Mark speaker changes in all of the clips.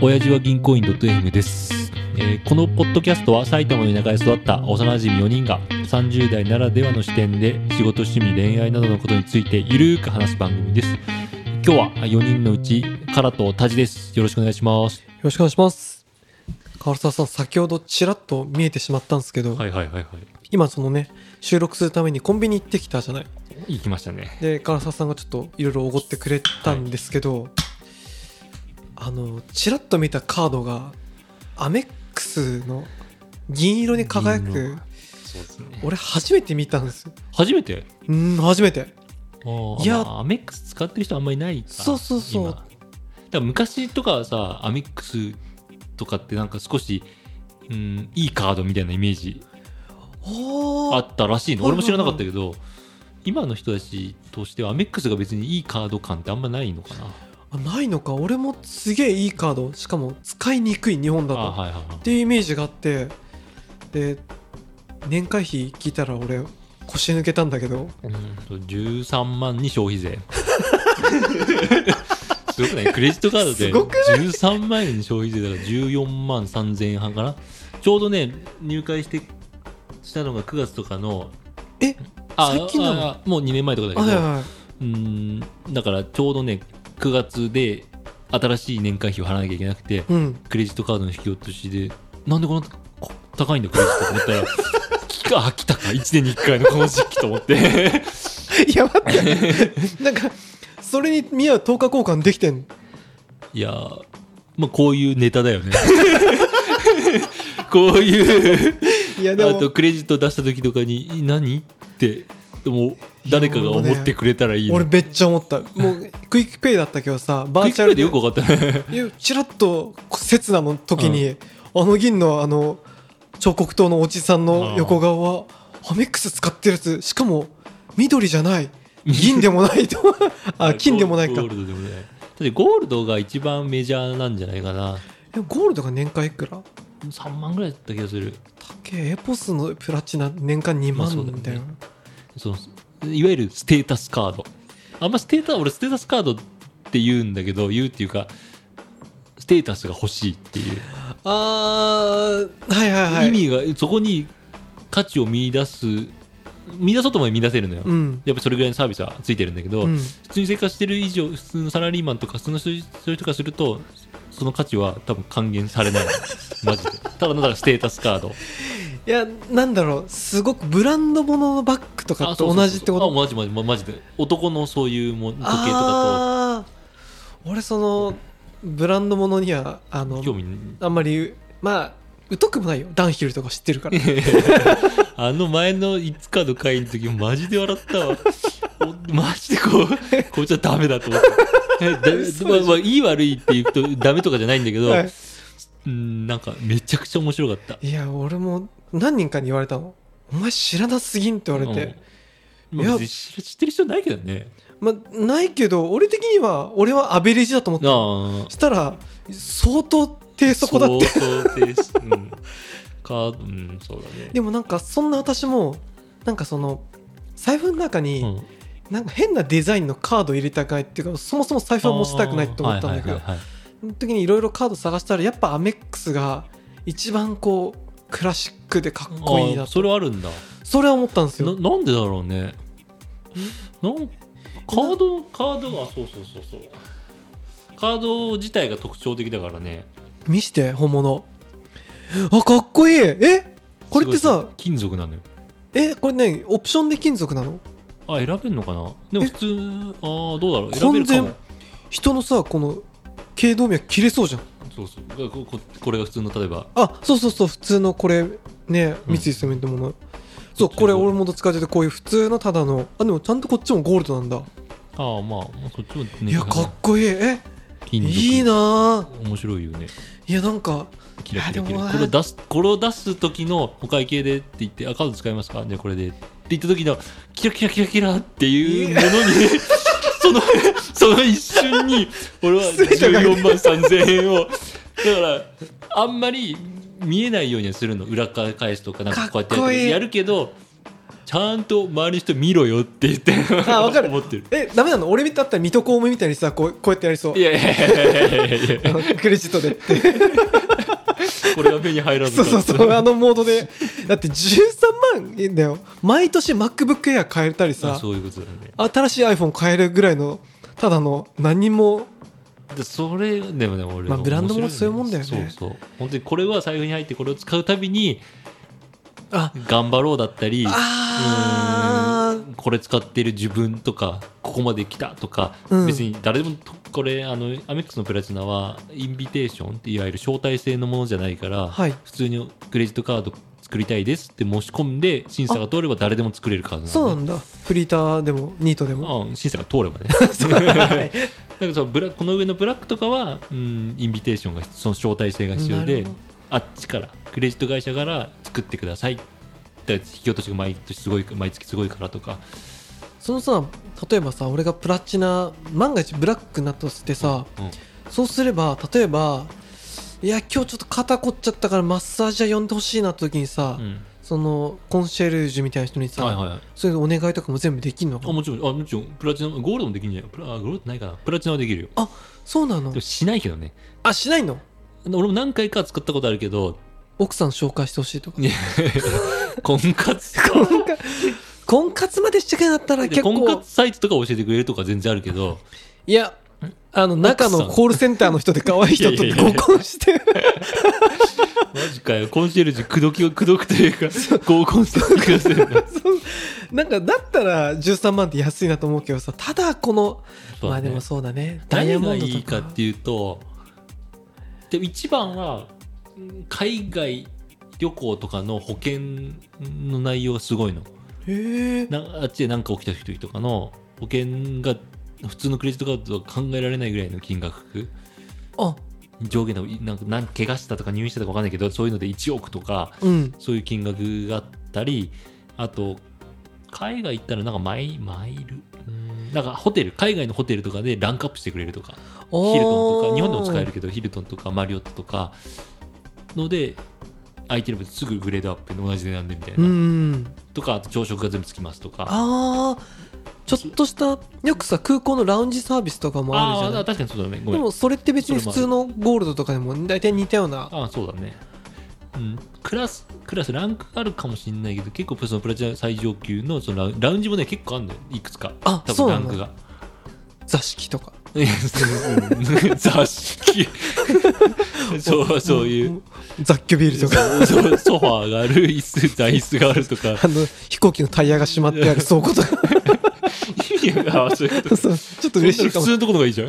Speaker 1: 親父は銀行員ドット愛媛です、えーこのポッドキャストは埼玉の田舎で育った幼馴染4人が30代ならではの視点で仕事趣味恋愛などのことについてゆるーく話す番組です今日は4人のうちカラとタジですよろしくお願いします
Speaker 2: よろしくお願いします。川沢さん、先ほどちらっと見えてしまったんですけど、
Speaker 1: いはいはいは
Speaker 2: 今そのね、収録するためにコンビニ行ってきたじゃない。
Speaker 1: い行きましたね
Speaker 2: で、川沢さんがちょっといろいろおごってくれたんですけど、あの、ちらっと見たカードが、アメックスの銀色に輝
Speaker 1: 銀色
Speaker 2: く、
Speaker 1: そうですね
Speaker 2: 俺初めて見たんですよ。
Speaker 1: 初めて
Speaker 2: うーん、初めて。
Speaker 1: い
Speaker 2: いや
Speaker 1: や、まあアメックス使ってる人あんまりないか
Speaker 2: そうそうそう
Speaker 1: 今だから昔とかはさアメックスとかってなんか少し、うん、いいカードみたいなイメージ
Speaker 2: お
Speaker 1: あ
Speaker 2: ー
Speaker 1: ったらしいの
Speaker 2: はい
Speaker 1: 俺
Speaker 2: はい
Speaker 1: も知らなかったけど、今の人たちとしてはアメックスが別にいいカード感ってあんまないのかな
Speaker 2: あないのか、俺もすげえいいカード、しかも使いにくい日本だ
Speaker 1: あ
Speaker 2: と。
Speaker 1: はいはい
Speaker 2: っ
Speaker 1: は
Speaker 2: ていうイメージがあってで年会費聞いたら俺腰抜けたんだけど
Speaker 1: い、うん、13万に消費税 すごくないクレジットカード
Speaker 2: すごく
Speaker 1: で13万円に消費税だから14万3000円半かなちょうどね入会してしたのが9月とかの
Speaker 2: え
Speaker 1: あ
Speaker 2: 最近なの
Speaker 1: あもう2年前とかだけど、
Speaker 2: はいは
Speaker 1: うーんだからちょうどね9月で新しい年会費を払わなきゃいけなくて
Speaker 2: いうん
Speaker 1: クレジットカードの引き落としでなんでこんなこ高いんだクレジットと思ったら 来たあ来たか1年に1回のこの時期と思って
Speaker 2: いや待って なんかそれに見合う10日交換できてん
Speaker 1: いやーまあこういうネタだよね こういう
Speaker 2: いやで
Speaker 1: あ
Speaker 2: も
Speaker 1: とクレジット出した時とかにい「何?」ってもう誰かが思ってくれたらいい
Speaker 2: 俺
Speaker 1: の
Speaker 2: めっちゃ思ったもうクイックペイだったけ どさバ
Speaker 1: クイ
Speaker 2: ー
Speaker 1: ッ
Speaker 2: チ
Speaker 1: ク
Speaker 2: ャ
Speaker 1: ペ
Speaker 2: ル
Speaker 1: イでよく分かったね
Speaker 2: いやチラッと刹那の時に、あの銀のあの彫刻刀のおじさんの横顔はアメックス使ってるやつしかも緑じゃ ない銀でもないとあ金でもないか
Speaker 1: ゴールドでもないだってゴールドが一番メジャーなんじゃないかな
Speaker 2: えゴールドが年間いくらだっ
Speaker 1: 3万ぐらいだった気がする
Speaker 2: けエポスのプラチナ年間2
Speaker 1: まあそうだよね
Speaker 2: 万みたいな、
Speaker 1: そのいわゆるステータスカードあんまステータ俺ステータスカードって言うんだけど言うっていうかステータスが欲しいっていう、
Speaker 2: あーはいはいはい
Speaker 1: 意味がそこに価値を見出す見出そうと思えば見出せるのよ、
Speaker 2: うん、
Speaker 1: やっぱそれぐらいのサービスはついてるんだけど、
Speaker 2: うん、
Speaker 1: 普通に生活してる以上普通のサラリーマンとか普通の人そういう人からするとその価値は多分還元され ないマジでただのだからステータスカード
Speaker 2: いやなんだろうすごくブランド物のバッグとか
Speaker 1: あそ
Speaker 2: と
Speaker 1: うそうそう
Speaker 2: 同じってこと
Speaker 1: あマジマジマジで男のそういうもん時計とか
Speaker 2: あー俺そのブランド物にはあの
Speaker 1: と興味
Speaker 2: あんまりまあ疎くもないよダンヒルとか知ってるから
Speaker 1: あの前のいつかの会の時マジで笑ったわおマジでこ うこいつはダメだと思ってえだ
Speaker 2: 嘘
Speaker 1: まあまあ、いい悪いって言うとダメとかじゃないんだけど、
Speaker 2: はい
Speaker 1: うんなんかめちゃくちゃ面白かった
Speaker 2: いや俺も何人かに言われたのお前知らなすぎんって言われて、
Speaker 1: うん
Speaker 2: いや
Speaker 1: まあ別に知知ってる人ないけどね
Speaker 2: まあないけど俺的には俺はアベレージだと思ってた
Speaker 1: ああ
Speaker 2: したら相当低速だって
Speaker 1: 相当です、うん、かうんそうだね
Speaker 2: でもなんかそんな私もなんかその財布の中に
Speaker 1: うん
Speaker 2: なんか変なデザインのカード入れたくないっていうかそもそも財布は持ちたくないって思ったんだけ
Speaker 1: はい
Speaker 2: ど
Speaker 1: はいはいはい
Speaker 2: その時にいろいろカード探したらやっぱアメックスが一番こうクラシックでかっこいい
Speaker 1: あ
Speaker 2: な
Speaker 1: ーそれはあるんだ
Speaker 2: それは思ったんです
Speaker 1: な
Speaker 2: よ
Speaker 1: なんでだろうねなんカードカードがそうそうそうそうカード自体が特徴的だからね
Speaker 2: 見して本物あかっこいいえこれって
Speaker 1: すごい
Speaker 2: さ
Speaker 1: 金属なのよ
Speaker 2: えこれねオプションで金属なの
Speaker 1: あ選べるのかなでも
Speaker 2: え
Speaker 1: 普通ああどうだろう選べるかも
Speaker 2: 完人のさこの頸動脈切れそうじゃん
Speaker 1: そうそうこここれが普通の例えば
Speaker 2: あそうそうそう普通のこれね
Speaker 1: うん
Speaker 2: 三井住友の、そうこれ俺もどっちかというとこういう普通のただのあでもちゃんとこっちもゴールドなんだ、
Speaker 1: ああまあそっちも、ね、
Speaker 2: いやかっこいいえ
Speaker 1: 金属
Speaker 2: いいなあ
Speaker 1: 面白いよね
Speaker 2: いやなんか
Speaker 1: キラキラキ
Speaker 2: いやで
Speaker 1: ラ
Speaker 2: もな
Speaker 1: これ出すこれを出す時のお会計でって言ってあカード使いますかじゃあこれでって言った時のキラキラキラキラっていうものに そのその一瞬に俺は
Speaker 2: 失礼じゃない
Speaker 1: 14万3000円をだからあんまり見えないようにはするの裏から返すとかなんかこうやってやる
Speaker 2: かっこいい
Speaker 1: やるけどちゃんと周りの人見ろよって言って
Speaker 2: あわかる
Speaker 1: 思ってる
Speaker 2: えダメなの俺だったら水戸黄門みたいにさこうこうやってやりそう
Speaker 1: いやいやいやいやいやい
Speaker 2: あ
Speaker 1: や
Speaker 2: の クレジットでって
Speaker 1: これが目に入らず
Speaker 2: そうそうそうあのモードでだって13万円だよ毎年 MacBookAir 買えたり
Speaker 1: あ
Speaker 2: さ
Speaker 1: そういうことだね
Speaker 2: 新しい iPhone 買えるぐらいのただの何も
Speaker 1: でそれでもね俺
Speaker 2: まあブランドも
Speaker 1: 面白
Speaker 2: そういうもんだよね
Speaker 1: そうそう本当にこれは財布に入ってこれを使うたびに
Speaker 2: あ
Speaker 1: 頑張ろうだったり
Speaker 2: あー
Speaker 1: うーんこれ使ってる自分とかここまで来たとか、
Speaker 2: うん
Speaker 1: 別に誰でもとこれあのアメックスのプラチナはインビテーションっていわゆる招待制のものじゃないから、
Speaker 2: はい
Speaker 1: 普通にクレジットカード作りたいですって申し込んで審査が通れば誰でも作れるカードなの
Speaker 2: そうなんだフリーターでもニートでも
Speaker 1: うん審査が通れば ね
Speaker 2: は
Speaker 1: だか
Speaker 2: い
Speaker 1: らそのブラこの上のブラックとかは、うん、インビテーションがその招待制が必要
Speaker 2: なる
Speaker 1: で
Speaker 2: ほど
Speaker 1: あっちからクレジット会社から作ってくださいだから引き落としが毎年すごい毎月すごいからとか
Speaker 2: そのさ例えばさ俺がプラチナ万が一ブラックになったとしてさ、
Speaker 1: うん
Speaker 2: そうすれば例えばいや今日ちょっと肩凝っちゃったからマッサージ屋呼んでほしいなって時にさ、
Speaker 1: うん
Speaker 2: そのコンシェルジュみたいな人にさ、
Speaker 1: はいはいはい
Speaker 2: そういうお願いとかも全部できるのか
Speaker 1: あもちろんあもちろんプラチナゴールドもできるんじゃないプラあゴールドないかなプラチナはできるよ
Speaker 2: あそうなの
Speaker 1: でもしないけどね
Speaker 2: あしないの
Speaker 1: 俺も何回か使ったことあるけど
Speaker 2: 奥さん紹介してほしいとか
Speaker 1: いや婚 活
Speaker 2: 婚活婚活までしてくれなかったら
Speaker 1: で
Speaker 2: 結構
Speaker 1: 婚活サイトとか教えてくれるとか全然あるけど
Speaker 2: いやあの中のコールセンターの人で可愛い人と
Speaker 1: いやいやいや
Speaker 2: 合コンして
Speaker 1: マジかよコンシェルジュ口説きを口説くというか合コンしてください よ
Speaker 2: そうなんかだったら13万って安いなと思うけどさただこの、
Speaker 1: そうだね
Speaker 2: まあでもそうだねダイヤ
Speaker 1: 何
Speaker 2: モ
Speaker 1: が
Speaker 2: ンド
Speaker 1: いい
Speaker 2: と
Speaker 1: か
Speaker 2: か
Speaker 1: っていうとでも一番はうん海外旅行とかの保険の内容がすごいの
Speaker 2: へえ
Speaker 1: なあっちで何か起きた時とかの保険が普通のクレジットカードとは考えられないぐらいの金額
Speaker 2: あ
Speaker 1: 上限のなんかなん怪我したとか入院したとか分かんないけどそういうので1億とか
Speaker 2: うん
Speaker 1: そういう金額があったりあと海外行ったらなんかマイマイルうんなんかホテル海外のホテルとかでランクアップしてくれるとかヒルトンとか日本でも使えるけどヒルトンとかマリオットとかので空いてればすぐグレードアップで同じ値段でみたいな、
Speaker 2: うん
Speaker 1: とかあと朝食が全部つきますとか
Speaker 2: あーちょっとしたよくさ空港のラウンジサービスとかもあるじゃ
Speaker 1: あ
Speaker 2: な
Speaker 1: ー
Speaker 2: い
Speaker 1: 確かにそうだねご
Speaker 2: で
Speaker 1: めん
Speaker 2: もそれって別に普通のゴールドとかでも大体似たような
Speaker 1: ああそうだねうんクラスクラスランクあるかもしれないけど結構そのプラチナ最上級のそのラウンラウンジもね結構あるんだよいくつか
Speaker 2: あ
Speaker 1: 多
Speaker 2: そう
Speaker 1: 分ラ
Speaker 2: なん
Speaker 1: ン
Speaker 2: だ
Speaker 1: クが
Speaker 2: 座敷とか
Speaker 1: いやそう座敷そうそういう
Speaker 2: 雑居ビールとか
Speaker 1: そうそうソファーがある椅子座椅子があるとか
Speaker 2: あの飛行機のタイヤがしまってある倉庫 とか
Speaker 1: いやあそういうこと
Speaker 2: そうちょっと嬉しいかも
Speaker 1: 普通のところがいいじゃん。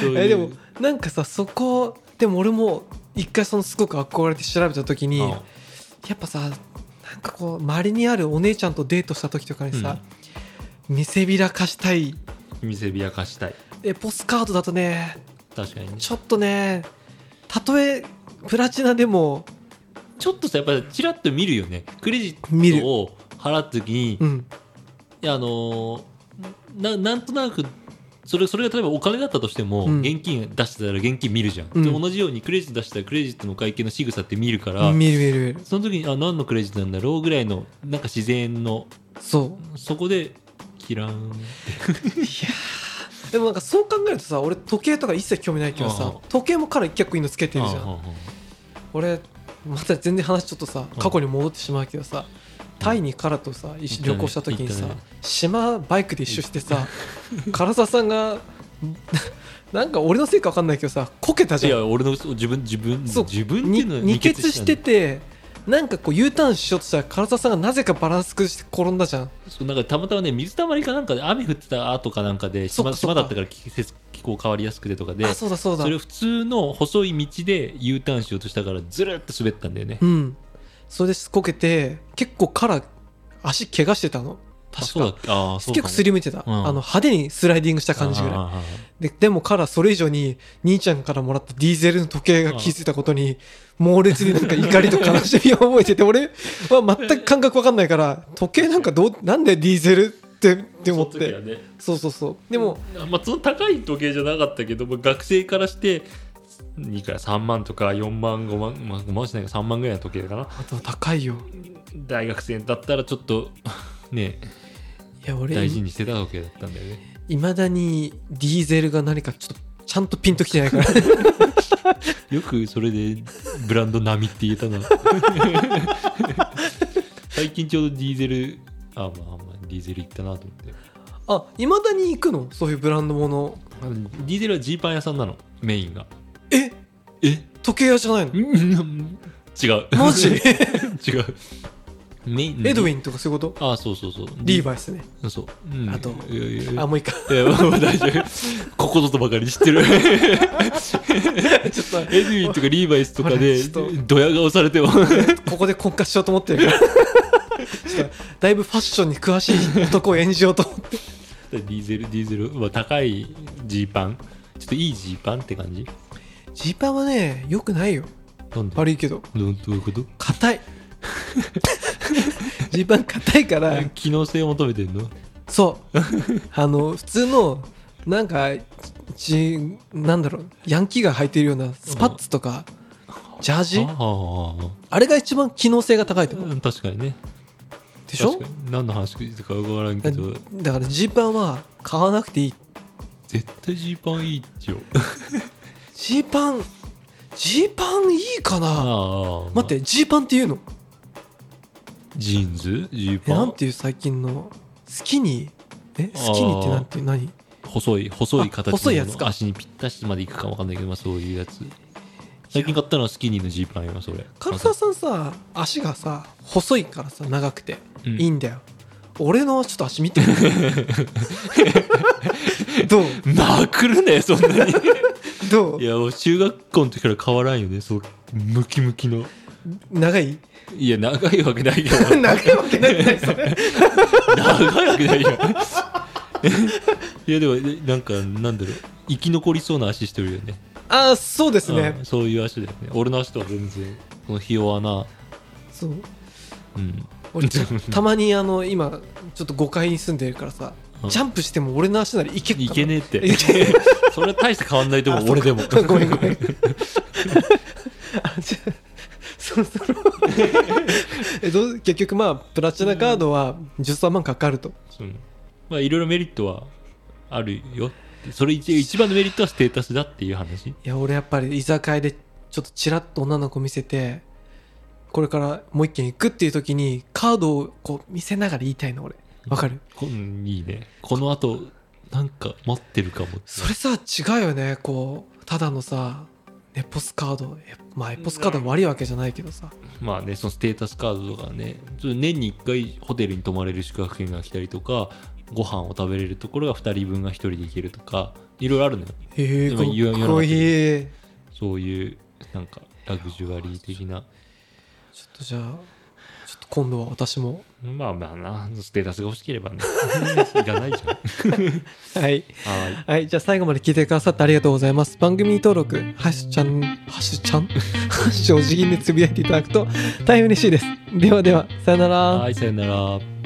Speaker 1: そういう
Speaker 2: えでもなんかさそこでも俺も一回そのすごく憧れて調べた時に
Speaker 1: うん
Speaker 2: やっぱさなんかこう周りにあるお姉ちゃんとデートした時とかにさ、見せびらかしたい
Speaker 1: 見せびやかしたい。
Speaker 2: えポスカードだとね
Speaker 1: 確かにね。
Speaker 2: ちょっとねたとえプラチナでも
Speaker 1: ちょっとさ、やっぱりちらっと見るよね。クレジ
Speaker 2: 見
Speaker 1: ッ
Speaker 2: る
Speaker 1: トを払った時に
Speaker 2: う、ん
Speaker 1: いやあのーな、なんとなく、それそれが例えばお金だったとしても、
Speaker 2: うん
Speaker 1: 現金出してたら現金見るじゃん。
Speaker 2: うん
Speaker 1: で同じようにクレジット出したらクレジットの会計の仕草って見るから、
Speaker 2: 見る見る見る
Speaker 1: その時に、あ、何のクレジットなんだろうぐらいの、なんか自然の、
Speaker 2: そ
Speaker 1: そこで、キラーン。
Speaker 2: うでもなんかそう考えるとさ俺時計とか一切興味ないけ
Speaker 1: あ
Speaker 2: どさ
Speaker 1: あ
Speaker 2: 時計も彼結構いいのつけてるじゃん
Speaker 1: あああ
Speaker 2: 俺また全然話ちょっとさ過去に戻ってしまうけどさタイにカラとさ一緒に旅行した時にさ
Speaker 1: 行ったね
Speaker 2: 島バイクで一緒してさ 唐沢さんがなんか俺のせいか分かんないけどさこけた
Speaker 1: い
Speaker 2: じゃん
Speaker 1: や、俺の、そう自分、自分、
Speaker 2: そう
Speaker 1: 自分って
Speaker 2: に
Speaker 1: いうのは
Speaker 2: 二欠
Speaker 1: た
Speaker 2: し
Speaker 1: んだ
Speaker 2: ててなんかこう U ターンしようとしたら唐沢さんがなぜかバランス崩して転んだじゃん
Speaker 1: そうなんかたまたまね水たまりかなんかで雨降ってた後かなんかで
Speaker 2: そっ
Speaker 1: 島
Speaker 2: かそっ
Speaker 1: 島
Speaker 2: か
Speaker 1: だったから季節気候変わりやすくてとかで
Speaker 2: あそうだそうだ
Speaker 1: それを普通の細い道で U ターンしようとしたからずるっと滑ったんだよね
Speaker 2: うんそれでこけて結構カラ足怪我してたの
Speaker 1: あ
Speaker 2: 確
Speaker 1: そうだ
Speaker 2: か
Speaker 1: っけあーそう
Speaker 2: 結構すりむいてた、
Speaker 1: うん
Speaker 2: あの派手にスライディングした感じぐらい
Speaker 1: い
Speaker 2: ででもからそれ以上に兄ちゃんからもらったディーゼルの時計が気づいたことに猛烈になんか怒りと悲しみを覚えてて俺は全く感覚わかんないから時計なんかどうなんでディーゼルってって思ってそうそうそうでも
Speaker 1: まあその高い時計じゃなかったけど、まあ、学生からしていくら3万とか4万5万、まあ、5万しないか3万ぐらいの時計かな
Speaker 2: あと高いよ
Speaker 1: 大学生だったらちょっとね
Speaker 2: いや俺
Speaker 1: 大事にしてた時計だったんだよね
Speaker 2: いまだにディーゼルが何かちょっとちゃんとピンときてないから
Speaker 1: よくそれでブランド並みって言えた な最近ちょうどディーゼルあまあまあディーゼル行ったなと思って
Speaker 2: あいまだに行くのそういうブランドもの
Speaker 1: あのディーゼルはジーパン屋さんなのメインが
Speaker 2: え
Speaker 1: え
Speaker 2: 時計屋じゃないの
Speaker 1: 違う
Speaker 2: マジ
Speaker 1: 違うメイン
Speaker 2: エドウィンとかそういうこと
Speaker 1: あそうそうそう
Speaker 2: リーバイスね
Speaker 1: イそう、うん
Speaker 2: あと
Speaker 1: いやいやいや
Speaker 2: あもういいか
Speaker 1: いやもう大丈夫 ここぞとばかり知って る
Speaker 2: ちょっ
Speaker 1: エドウィンとかリーバイスとかで
Speaker 2: 俺 ちょっと
Speaker 1: ドヤ顔されても
Speaker 2: とここで婚活しようと思ってるからちょっとだいぶファッションに詳しい男を演じようと思って
Speaker 1: ディーゼルディーゼル、まあ、高いジーパンちょっといいジーパンって感じ
Speaker 2: ジーパンはねよくないよ
Speaker 1: なんで
Speaker 2: 悪いけど
Speaker 1: どうどういうこと
Speaker 2: 硬い ジーパン硬いから
Speaker 1: 機能性を求めてんの
Speaker 2: そうあの普通のなんかちなんだろうヤンキーが履いてるようなスパッツとかジャージ
Speaker 1: あああ
Speaker 2: あれが一番機能性が高いと
Speaker 1: あ
Speaker 2: 思う
Speaker 1: うん確かにね
Speaker 2: でしょ
Speaker 1: 確かに何の話してか分からんけ
Speaker 2: だ
Speaker 1: ど
Speaker 2: だからジーパンは買わなくていい
Speaker 1: 絶対ジーパンいいっちよ
Speaker 2: ジーパンジーパンいいか
Speaker 1: ああ
Speaker 2: な
Speaker 1: ああ
Speaker 2: 待ってジーパンっていうの
Speaker 1: ジーンズジー
Speaker 2: え
Speaker 1: パ
Speaker 2: なん
Speaker 1: ン
Speaker 2: ていう最近のスキニーえスキニーってなんていう何
Speaker 1: 細い細い形
Speaker 2: あ細いやつ
Speaker 1: の
Speaker 2: か
Speaker 1: 足にぴったしまでいくか分かんないけど、まあ、そういうやつ最近買ったのはスキニーのジーパンよそれ
Speaker 2: 唐沢さんさ足がさ細いからさ長くて、
Speaker 1: うん
Speaker 2: いいんだよ俺のちょっと足見てみてどう
Speaker 1: なくるねそんなに
Speaker 2: どう
Speaker 1: いやもう中学校の時から変わらんよねそうムキムキの
Speaker 2: 長い
Speaker 1: いや長いわけないけど
Speaker 2: 長いわけないじゃないそれ
Speaker 1: 長いわけないよ いやでもなんかなんだろう生き残りそうな足してるよね
Speaker 2: ああそうですね、
Speaker 1: うんそういう足だよね俺の足とは全然このひ弱な
Speaker 2: そう
Speaker 1: うん
Speaker 2: 俺ちょたまにあの今ちょっと5階に住んでるからさ
Speaker 1: うん
Speaker 2: ジャンプしても俺の足ならいけっかない
Speaker 1: けねえって
Speaker 2: いけ
Speaker 1: それは大して変わんないと
Speaker 2: あ
Speaker 1: 思 う
Speaker 2: そう
Speaker 1: 俺
Speaker 2: か
Speaker 1: でも
Speaker 2: ごめんごめんあじゃあそろそろ えどう結局まあプラチナカードは13万かかると
Speaker 1: うんまあいろいろメリットはあるよそれ一一番のメリットはステータスだっていう話
Speaker 2: いや俺やっぱり居酒屋でちょっとチラッと女の子見せてこれからもう一軒行くっていう時にカードをこう見せながら言いたいの俺わかる
Speaker 1: こうんいいねこの後なんか待ってるかもって
Speaker 2: それさ違うよねこうただのさエポスカードえまあエポスカードが悪いわけじゃないけどさ
Speaker 1: まあねそのステータスカードとかねちょっと年に1回ホテルに泊まれる宿泊券が来たりとかご飯を食べれるところが2人分が1人で行けるとかいろいろあるのよ
Speaker 2: へえ
Speaker 1: で
Speaker 2: か
Speaker 1: も言わ
Speaker 2: っこいい
Speaker 1: そういうなんかラグジュアリー的な
Speaker 2: ちょっとじゃあちょっと今度は私も
Speaker 1: まあまあなステータスが欲しければね いらないじゃんは
Speaker 2: はい
Speaker 1: い
Speaker 2: はい、じゃあ最後まで聞いてくださってありがとうございます。番組登録、ハッシュちゃん、ハッシュちゃん、 ハッシュお辞儀でつぶやいていただくと大変嬉しいです。ではでは、さよなら。
Speaker 1: はい、さよなら。